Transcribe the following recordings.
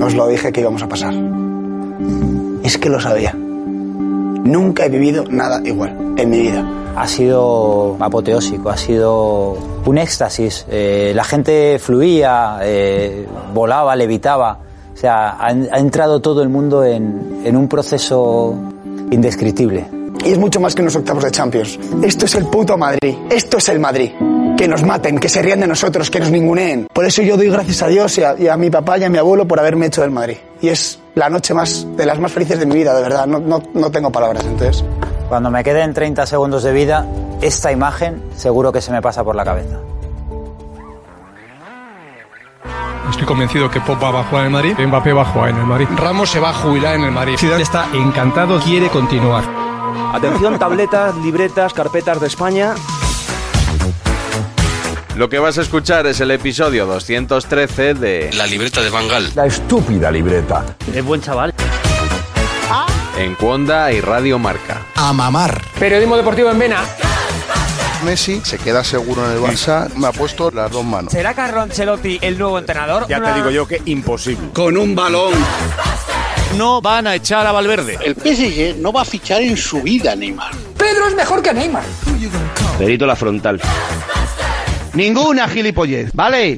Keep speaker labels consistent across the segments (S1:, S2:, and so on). S1: Os lo dije que íbamos a pasar. Es que lo sabía. Nunca he vivido nada igual en mi vida.
S2: Ha sido apoteósico, ha sido un éxtasis. Eh, la gente fluía, eh, volaba, levitaba. O sea, ha, en- ha entrado todo el mundo en, en un proceso indescriptible.
S1: Y es mucho más que unos octavos de Champions. Esto es el puto Madrid. Esto es el Madrid. Que nos maten, que se rían de nosotros, que nos ninguneen. Por eso yo doy gracias a Dios y a, y a mi papá y a mi abuelo por haberme hecho del Madrid. Y es la noche más de las más felices de mi vida, de verdad. No, no, no tengo palabras, entonces.
S2: Cuando me queden 30 segundos de vida, esta imagen seguro que se me pasa por la cabeza.
S3: Estoy convencido que Pop va a jugar en el Madrid, Mbappé va a jugar en el Madrid, Ramos se va a jubilar en el Madrid. Ciudad está encantado, quiere continuar.
S4: Atención, tabletas, libretas, carpetas de España.
S5: Lo que vas a escuchar es el episodio 213 de La libreta de Bangal
S6: La estúpida libreta.
S4: Es buen chaval.
S5: en Cuonda y Radio Marca.
S6: A mamar.
S4: Periodismo deportivo en Vena.
S6: Messi se queda seguro en el Barça. Me ha puesto las dos manos.
S7: ¿Será Carlo Ancelotti el nuevo entrenador? Ya te digo yo que imposible.
S6: Con un balón.
S7: No van a echar a Valverde.
S8: El PSG no va a fichar en su vida, Neymar.
S9: Pedro es mejor que Neymar.
S4: Perito la frontal.
S8: Ninguna gilipollez, ¿vale?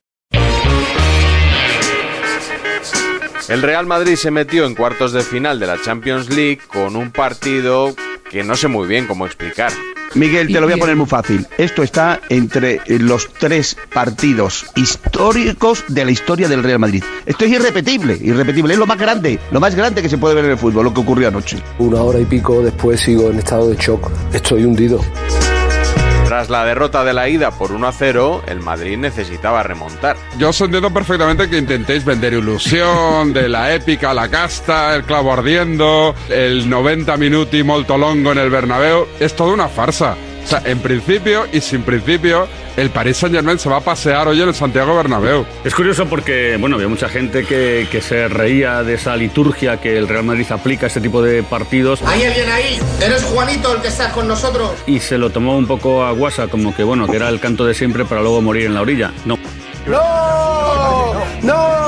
S5: El Real Madrid se metió en cuartos de final de la Champions League con un partido que no sé muy bien cómo explicar.
S8: Miguel, te lo voy a poner muy fácil. Esto está entre los tres partidos históricos de la historia del Real Madrid. Esto es irrepetible, irrepetible. Es lo más grande, lo más grande que se puede ver en el fútbol, lo que ocurrió anoche.
S10: Una hora y pico después sigo en estado de shock. Estoy hundido.
S5: Tras la derrota de la ida por 1 a 0, el Madrid necesitaba remontar.
S11: Yo os entiendo perfectamente que intentéis vender ilusión, de la épica a la casta, el clavo ardiendo, el 90 minuti molto longo en el Bernabéu. Es toda una farsa. O sea, en principio y sin principio, el Paris Saint-Germain se va a pasear hoy en el Santiago Bernabéu.
S12: Es curioso porque, bueno, había mucha gente que, que se reía de esa liturgia que el Real Madrid aplica a este tipo de partidos
S13: Hay alguien ahí. Eres Juanito el que está con nosotros.
S12: y se lo tomó un poco a guasa, como que, bueno, que era el canto de siempre para luego morir en la orilla. No.
S1: ¡No! ¡No!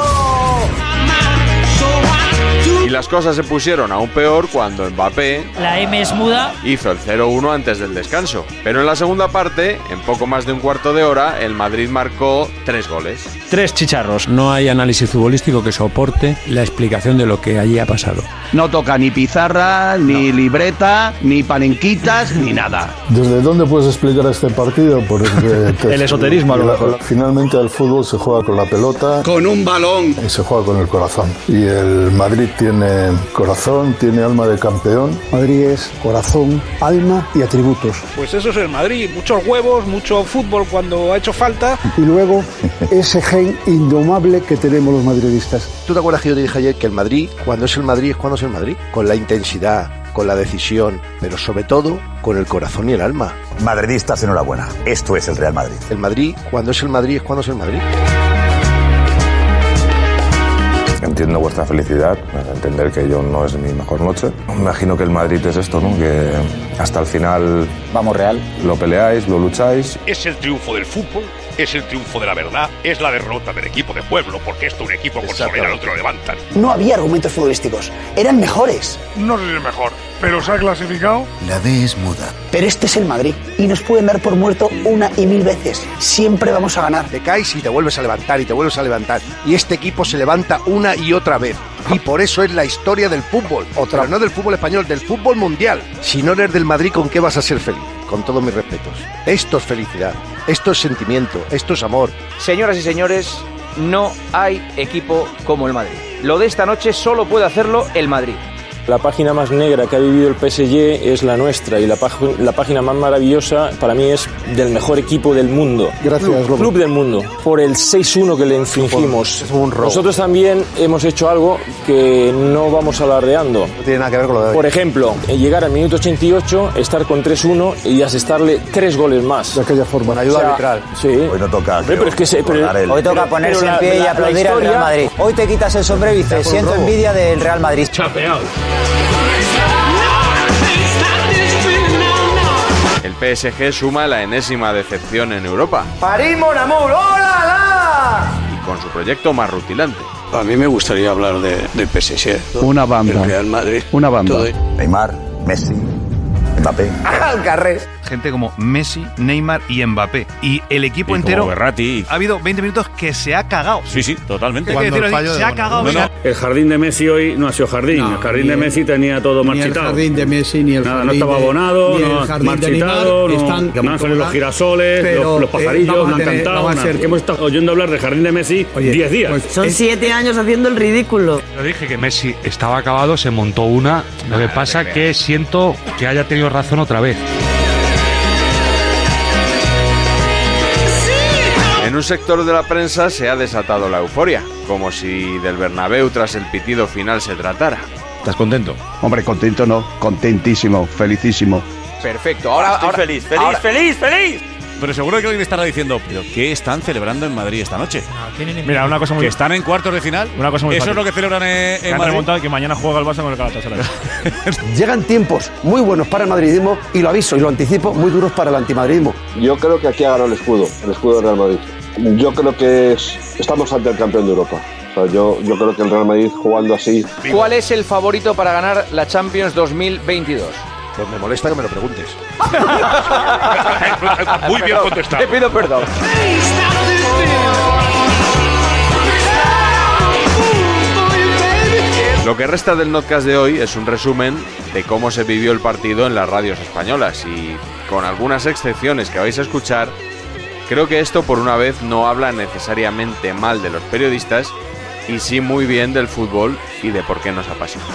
S5: Y las cosas se pusieron aún peor cuando Mbappé
S7: La M es muda.
S5: hizo el 0-1 antes del descanso. Pero en la segunda parte, en poco más de un cuarto de hora, el Madrid marcó tres goles.
S14: Tres chicharros. No hay análisis futbolístico que soporte la explicación de lo que allí ha pasado.
S8: No toca ni pizarra, ni libreta, ni palenquitas, ni nada.
S15: ¿Desde dónde puedes explicar este partido? Porque te-
S8: El esoterismo, a lo
S15: la-
S8: mejor.
S15: Finalmente el fútbol se juega con la pelota. Con un balón. Y se juega con el corazón. Y el Madrid tiene corazón, tiene alma de campeón. Madrid es corazón, alma y atributos.
S4: Pues eso es el Madrid. Muchos huevos, mucho fútbol cuando ha hecho falta.
S16: Y luego, ese gen indomable que tenemos los madridistas.
S6: ¿Tú te acuerdas que yo te dije ayer que el Madrid, cuando es el Madrid, es cuando es el Madrid? Con la intensidad, con la decisión, pero sobre todo con el corazón y el alma. Madridistas, enhorabuena. Esto es el Real Madrid. El Madrid, cuando es el Madrid, es cuando es el Madrid.
S2: Entiendo vuestra
S9: pues,
S2: felicidad, entender que yo no es mi mejor noche. Imagino que el Madrid es esto, ¿no? Que
S9: Hasta el final. Vamos real. Lo peleáis, lo lucháis.
S17: Es el triunfo del fútbol, es el triunfo de la verdad, es la derrota del equipo de pueblo, porque esto un equipo consolida al otro lo levantan.
S2: No había argumentos futbolísticos, eran mejores.
S17: No sé si es mejor, pero se ha clasificado.
S2: La D es muda. Pero este es el Madrid y nos pueden dar por muerto una y mil veces. Siempre vamos a ganar.
S8: Te caes y te vuelves a levantar y te vuelves a levantar. Y este equipo se levanta una y otra vez. Y por eso es la historia del fútbol. Otra, no del fútbol español, del fútbol mundial. Si no eres del Madrid, ¿con qué vas a ser feliz? Con todos mis respetos. Esto es felicidad. Esto es sentimiento. Esto es amor.
S18: Señoras y señores, no hay equipo como el Madrid. Lo de esta noche solo puede hacerlo el Madrid.
S12: La página más negra que ha vivido el PSG es la nuestra y la, pag- la página más maravillosa para mí es del mejor equipo del mundo.
S10: Gracias,
S12: club,
S10: Lobo.
S12: club del mundo. Por el 6-1 que le infringimos. Nosotros también hemos hecho algo que no vamos alardeando. No tiene nada que ver con lo de Por ejemplo, eh, llegar al minuto 88, estar con 3-1 y asestarle tres goles más. De aquella forma.
S8: ayuda arbitral.
S12: Sí. Hoy no toca. pero es que se, pero-
S4: Hoy toca
S12: pero- pero
S4: ponerse en
S12: la-
S4: pie y
S12: la- la
S4: aplaudir al
S12: historia-
S4: Real Madrid. Hoy te quitas el sombrero y dices,
S12: Está por un
S4: siento
S12: robo".
S4: envidia del Real Madrid. Chapeado.
S5: El PSG suma la enésima decepción en Europa
S1: París, mon amour, hola,
S5: y con su proyecto más rutilante.
S19: A mí me gustaría hablar de, del PSG.
S20: Una banda.
S19: ¿eh? El Real Madrid.
S20: Una banda.
S19: Neymar, Messi, Mbappé.
S21: Gente como Messi, Neymar y Mbappé. Y el equipo
S22: Y como
S21: entero.
S22: Verratti.
S21: Ha habido 20 minutos que se ha cagado.
S22: Sí, sí, totalmente.
S21: Es que Cuando el decir, fallo se de ha Bono. cagado,
S22: Bueno,
S21: mira.
S22: el jardín de Messi hoy no ha sido jardín. el jardín
S23: ni
S22: de
S23: el-
S22: Messi tenía todo
S23: ni el
S22: marchitado.
S23: jardín de Messi ni el
S22: Nada, no
S23: jardín
S22: estaba
S23: de-
S22: abonado,
S23: ni el
S22: no
S23: jardín de
S22: marchitado,
S23: Neymar
S22: no,
S23: están
S22: no han salido
S23: como
S22: los
S23: la-
S22: girasoles,
S23: Pero,
S22: los, los
S23: eh,
S22: pajarillos, no
S23: vamos a
S22: han
S23: tener-
S22: cantado.
S23: vamos a
S22: nada.
S23: ser- pues,
S22: Hemos estado oyendo hablar del jardín de Messi 10 días.
S24: Son siete años haciendo el ridículo.
S25: Yo dije que Messi estaba acabado, se montó una. Lo que pasa
S5: te
S25: que siento que haya tenido razón otra vez.
S5: En un sector de la prensa se ha desatado la euforia, como si del Bernabéu tras el pitido final se tratara.
S20: ¿Estás contento? Hombre, contento no, contentísimo, felicísimo.
S26: Perfecto, ahora
S3: Estoy feliz, feliz,
S26: feliz, feliz. Pero seguro que alguien estará diciendo, ¿pero qué están celebrando en Madrid esta noche? Mira, una cosa muy- ¿Que están en cuartos de final? Una cosa muy ¿Eso fácil. es lo que celebran en, Que en han Madrid? remontado y que mañana juega el Barça con el Galatasaray.
S3: Llegan tiempos muy buenos para el madridismo y lo aviso y lo anticipo, muy duros para el antimadridismo.
S27: Yo creo que aquí ha ganado el escudo, el escudo del Real Madrid. Yo creo que es- estamos ante el campeón de Europa. O sea, yo, yo creo que el Real Madrid jugando así.
S18: ¿Cuál es el favorito para ganar la Champions 2022?
S8: Pues me molesta que me lo preguntes.
S26: Muy bien contestado. Te pido perdón.
S5: Lo que resta del podcast de hoy es un resumen de cómo se vivió el partido en las radios españolas y, con algunas excepciones que vais a escuchar, creo que esto por una vez no habla necesariamente mal de los periodistas y sí muy bien del fútbol y de por qué nos apasiona.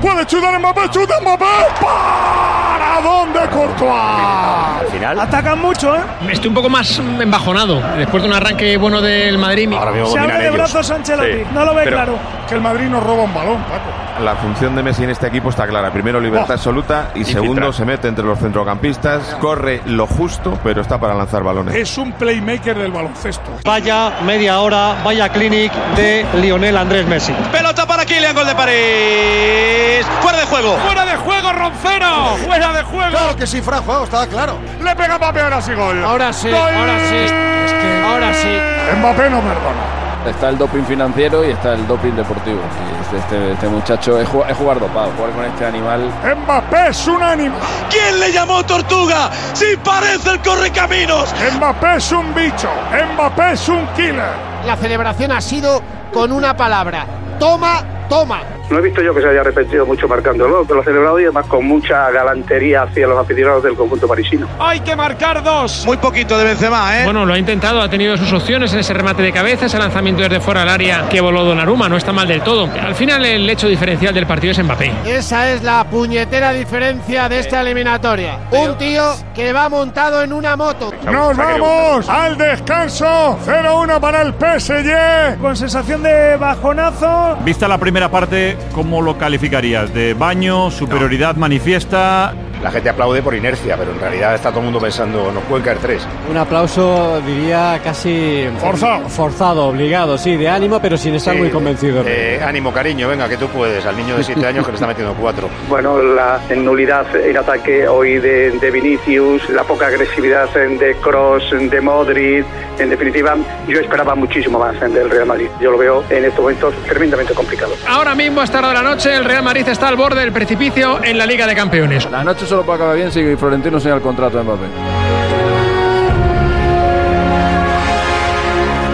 S1: Puede chutar Mbappé, chuta Mbappé. ¿Para dónde Courtois?
S27: Al final. Atacan mucho, ¿eh? Estoy un poco más embajonado. Después de un arranque bueno del Madrid. mi- Se abre de brazos Ancelotti, no lo ve claro.
S1: Que el Madrid nos roba un balón, Paco.
S27: La función de Messi en este equipo está clara. Primero, libertad absoluta. Y segundo, se mete entre los centrocampistas. Corre lo justo, pero está para lanzar balones.
S1: Es un playmaker del baloncesto.
S27: Vaya media hora, vaya clinic de Lionel Andrés Messi.
S1: Pelota para Kylian, gol de París. Fuera de juego. Fuera de juego, Roncero. Fuera de juego. Claro que sí, fuera de juego, estaba claro. Le pega Mbappé, ahora sí gol. Ahora sí, ahora sí. ahora sí. Mbappé no perdona.
S28: Está el doping financiero y está el doping deportivo. Y este, este- este muchacho es, ju- es jugar dopado, jugar con este animal.
S1: Mbappé es un ánimo. ¿Quién le llamó tortuga? Si parece el correcaminos. Mbappé es un bicho. Mbappé es un killer.
S3: La celebración ha sido con una palabra. Toma, toma.
S29: No he visto yo que se haya arrepentido mucho marcándolo, pero lo ha celebrado y además con mucha galantería hacia los aficionados del conjunto parisino.
S27: Hay que marcar dos. Muy poquito de Benzema, ¿eh? Bueno, lo ha intentado, ha tenido sus opciones en ese remate de cabeza, ese lanzamiento desde fuera al área que voló Donnarumma, no está mal del todo. Al final el hecho diferencial del partido es Mbappé.
S3: Esa es la puñetera diferencia de esta eliminatoria. Un tío que va montado en una moto.
S1: Nos vamos al descanso. 0-1 para el PSG. Con sensación de bajonazo.
S27: Vista la primera parte, ¿cómo lo calificarías? ¿De baño, superioridad manifiesta?
S30: la gente aplaude por inercia, pero en realidad está todo el mundo pensando, nos pueden caer tres.
S31: Un aplauso, diría, casi... Forzado. Forzado, obligado, sí, de ánimo, pero sin estar
S30: Sí,
S31: muy convencido.
S30: Eh, ánimo, cariño, venga, que tú puedes. Al niño de 7 años que le está metiendo 4.
S8: Bueno, la nulidad en ataque hoy de, de Vinicius, la poca agresividad eh, de Cross, de Modric, en definitiva, yo esperaba muchísimo más eh, del Real Madrid. Yo lo veo en estos momentos tremendamente complicado.
S32: Ahora mismo, a esta hora de la noche, el Real Madrid está al borde del precipicio en la Liga de Campeones.
S28: La noche solo puede acabar bien si Florentino señala el contrato de Mbappé.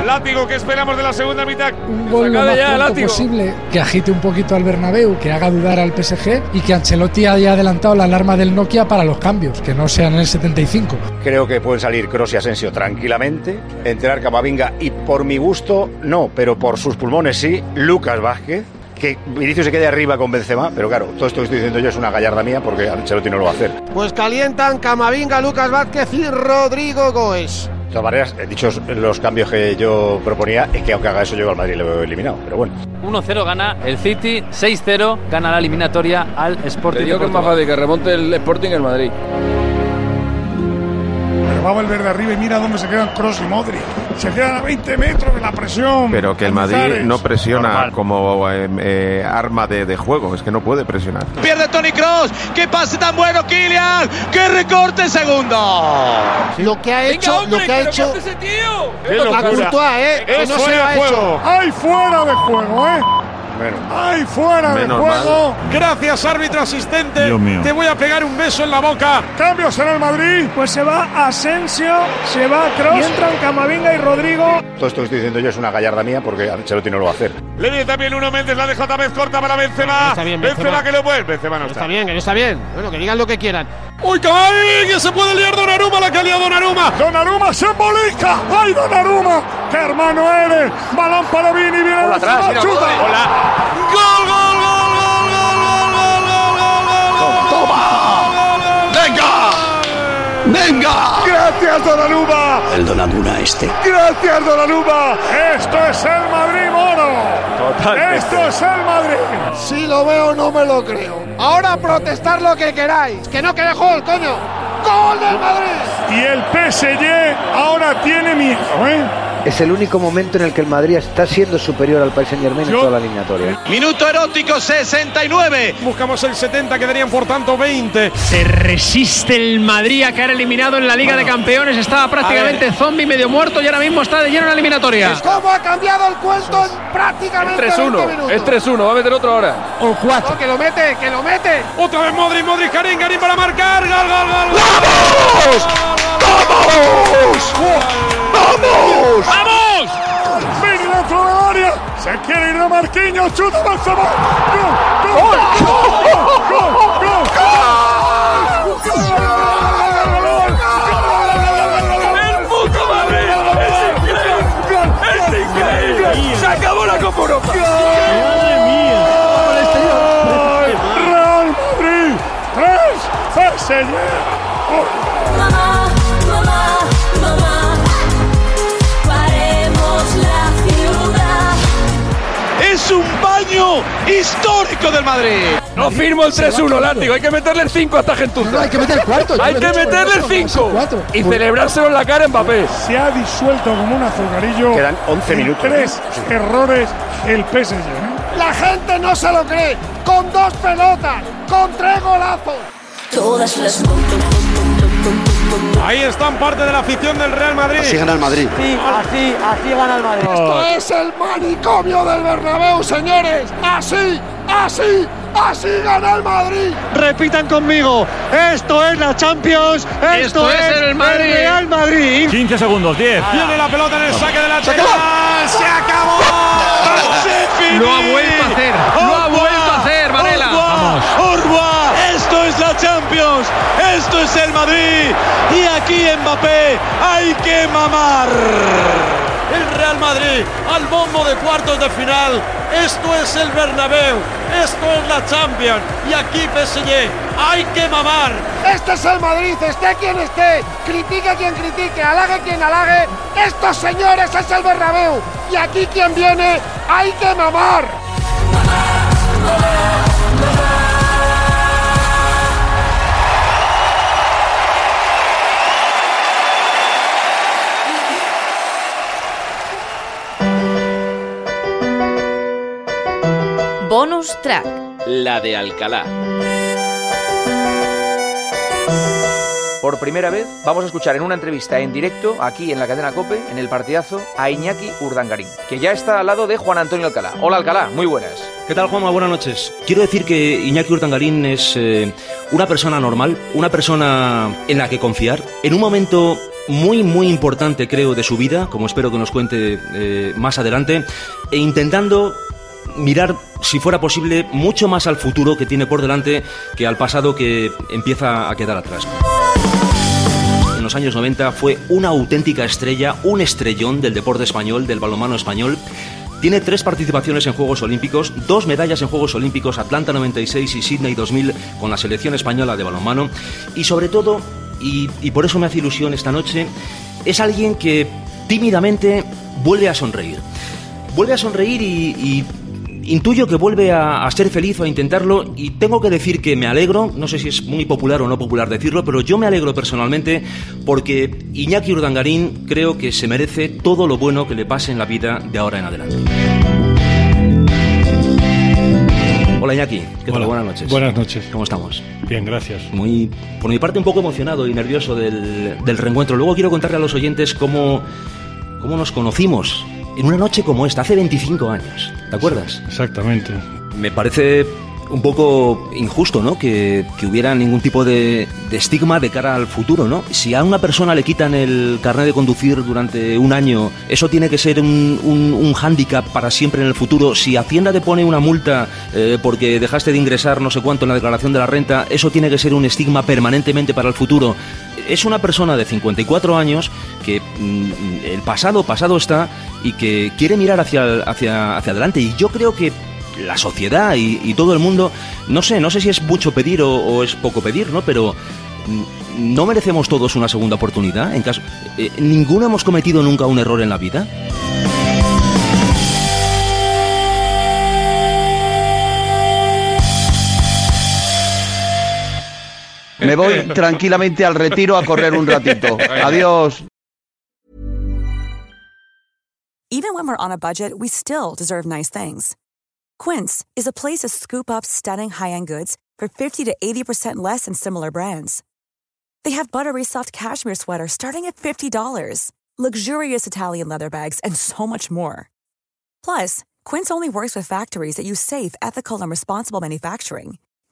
S33: Látigo que esperamos de la segunda mitad.
S34: un gol lo
S33: Sacad
S34: más
S33: ya el
S34: pronto
S33: látigo.
S34: posible, que agite un poquito al Bernabéu, que haga dudar al PSG y que Ancelotti haya adelantado la alarma del Nokia para los cambios, que no sean en el 75.
S30: Creo que pueden salir Kroos y Asensio tranquilamente, entrar Camavinga y por mi gusto, no, pero por sus pulmones sí, Lucas Vázquez. Que Vinicius se quede arriba con Benzema, pero claro, todo esto que estoy diciendo yo es una gallarda mía porque Ancelotti no lo va a hacer.
S3: Pues calientan Camavinga, Lucas Vázquez y Rodrigo Goes.
S30: De todas maneras, eh, dichos los cambios que yo proponía, es que aunque haga eso yo al Madrid le veo eliminado, pero bueno.
S35: 1-0 gana el City, 6-0 gana la eliminatoria al Sporting.
S28: Te digo
S35: de
S28: que es más
S35: Portugal.
S28: fácil que remonte el Sporting el Madrid.
S35: Pero va a volver de arriba y mira dónde se quedan Cross y Modric. Se quedan a 20 metros de la presión.
S27: Pero que el Madrid
S35: Cazares.
S27: no presiona como eh, eh, arma de, de juego, es que no puede presionar.
S1: Pierde Tony Cross. ¡Qué pase tan bueno, Kylian! ¡Qué recorte segundo!
S3: Lo que ha hecho, lo que ha hecho.
S1: ¡Qué
S3: A
S1: locura!
S3: Courtois, eh, que
S1: Eso
S3: no se lo
S1: era
S3: ha
S1: juego.
S3: hecho. ¡Ay, fuera de juego, eh!
S1: ¡Ay, fuera
S35: de Menos juego!
S1: Gracias, árbitro asistente.
S35: Dios mío.
S1: Te voy a pegar un beso en la boca. Cambios en el Madrid. Pues se va Asensio, se va Kroos, entran Camavinga y Rodrigo.
S30: Todo esto que estoy diciendo yo es una gallarda mía porque Ancelotti no lo va a hacer.
S33: Le viene también uno Méndez, la deja otra vez corta para Benzema.
S3: Está bien,
S33: Benzema.
S3: Benzema.
S33: que lo puede. Benzema no está.
S3: Está bien, que no está bien. Bueno, que digan lo que quieran.
S1: ¡Uy, Camavinga! Se puede liar Donnarumma, la que ha liado Donnarumma. Donnarumma se embolica. ¡Ay, Donnarumma! ¡Qué hermano eres! Balón para Vini, viene
S30: Hola, atrás, mira,
S1: chuta.
S30: Modric. Hola.
S1: ¡Gol, gol, gol, gol, gol, gol, gol, gol, gol, gol, gol! ¡Toma! ¡Venga! ¡Venga! ¡Gracias, Donnarumma!
S36: El Donaduna este.
S1: ¡Gracias, Donnarumma! ¡Esto es el Madrid, mono!
S36: Totalmente.
S1: ¡Esto es el Madrid! Si lo veo, no me lo creo.
S3: Ahora protestar lo que queráis. Que no quede gol, coño. ¡Gol del Madrid!
S1: Y el PSG ahora tiene miedo, ¿eh?
S37: Es el único momento en el que el Madrid está siendo superior al Paris Saint Germain en toda la eliminatoria.
S1: Minuto erótico 69. Buscamos el 70, quedarían por tanto 20.
S32: Se resiste el Madrid a caer eliminado en la Liga de Campeones. Estaba prácticamente zombie medio muerto y ahora mismo está de lleno en la eliminatoria.
S3: ¿Cómo ha cambiado el cuento en prácticamente 20 minutos?
S28: Es 3-1, va a meter otro ahora.
S32: O 4.
S3: que lo mete, que lo mete.
S1: Otra vez Modric, Modric, Karim, Karim para marcar. Gol, gol, gol. ¡Vamos! ¡Vamos! ¡Vamos! Mira dentro del área. Se quiere ir de Marquinhos. Chuta Benzema. ¡Gol! ¡Gol! ¡Gol! ¡Gol! ¡Gol! ¡El puto Madrid! ¡Es increíble! ¡Es increíble! ¡Se acabó la Copa Europa! ¡Madre mía! ¡Real Madrid! ¡Tres! ¡PSG! ¡Oh!
S38: Es un baño histórico del Madrid. No firmo el 3-1, látigo. Hay que meterle el 5 a esta gentuza. hay que meter el cuarto. hay que meterle el 5. Y celebrárselo en la cara a Mbappé.
S35: Se ha disuelto como un azucarillo.
S30: Quedan 11
S35: en
S30: minutos.
S35: Tres errores el PSG. ¿eh?
S3: La gente no se lo cree. Con dos pelotas, con tres golazos. Todas las
S1: Ahí están parte de la afición del Real Madrid.
S39: Así gana el Madrid.
S1: Sí, así, así gana el Madrid.
S4: Oh.
S3: Esto
S30: Ah.
S3: es el manicomio del Bernabéu, señores. Así, así, así gana el Madrid.
S1: Repitan conmigo, esto es la Champions, esto,
S3: Esto es el Madrid.
S1: Real Madrid. 15 segundos, 10. Viene la pelota en el saque de la ¡Se acabó!
S28: Lo ha vuelto a hacer, lo ha vuelto a hacer, Varela. Vamos.
S1: Orba, esto es la Champions, esto es el Madrid y aquí Mbappé hay que mamar. El Real Madrid al bombo de cuartos de final. Esto es el Bernabéu, esto es la Champions y aquí PSG hay que mamar.
S3: Este es el Madrid, esté quien esté, critique quien critique, halague quien halague. Estos señores es el Bernabéu. Y aquí quien viene, hay que mamar.
S2: Bonus track.
S28: La de Alcalá. Por primera vez vamos a escuchar en una entrevista en directo, aquí en la cadena Cope, en el partidazo, a Iñaki Urdangarín, que ya está al lado de Juan Antonio Alcalá. Hola Alcalá, muy buenas.
S4: ¿Qué tal, Juanma? Buenas noches. Quiero decir que Iñaki Urtangarín es eh, una persona normal, una persona en la que confiar. En un momento muy, muy importante, creo, de su vida, como espero que nos cuente eh, más adelante, e intentando mirar, si fuera posible, mucho más al futuro que tiene por delante que al pasado que empieza a quedar atrás en los años 90 fue una auténtica estrella, un estrellón del deporte español, del balonmano español. Tiene tres participaciones en Juegos Olímpicos, dos medallas en Juegos Olímpicos Atlanta 96 y Sydney 2000 con la selección española de balonmano. Y sobre todo, y, y por eso me hace ilusión esta noche, es alguien que tímidamente vuelve a sonreír. Vuelve a sonreír y- y Intuyo que vuelve a, a ser feliz o a intentarlo y tengo que decir que me alegro, no sé si es muy popular o no popular decirlo, pero yo me alegro personalmente porque Iñaki Urdangarín creo que se merece todo lo bueno que le pase en la vida de ahora en adelante. Hola Iñaki, ¿qué tal? Buenas noches. Buenas noches. ¿Cómo estamos? Bien, gracias. Muy, por mi parte, un poco emocionado y nervioso del, del reencuentro. Luego quiero contarle a los oyentes cómo, cómo nos conocimos en una noche como esta, hace 25 años. ¿Te acuerdas? Exactamente. Me parece un poco injusto, ¿no? Que, que hubiera ningún tipo de, de estigma de cara al futuro, ¿no? Si a una persona le quitan el carnet de conducir durante un año, ¿eso tiene que ser un, un, un hándicap para siempre en el futuro? Si Hacienda te pone una multa eh, porque dejaste de ingresar no sé cuánto en la declaración de la renta, ¿eso tiene que ser un estigma permanentemente para el futuro? es una persona de 54 años que mm, el pasado pasado está y que quiere mirar hacia, hacia, hacia adelante. Y yo creo que la sociedad y, y todo el mundo, no sé, no sé si es mucho pedir o, o es poco pedir, ¿no? Pero mm, no merecemos todos una segunda oportunidad. En caso, eh, ninguno hemos cometido nunca un error en la vida.
S20: Me voy tranquilamente al retiro a correr un ratito. Adiós.
S40: Even when we're on a budget, we still deserve nice things. Quince is a place to scoop up stunning high end goods for 50 to 80% less than similar brands. They have buttery soft cashmere sweaters starting at $50, luxurious Italian leather bags, and so much more. Plus, Quince only works with factories that use safe, ethical, and responsible manufacturing.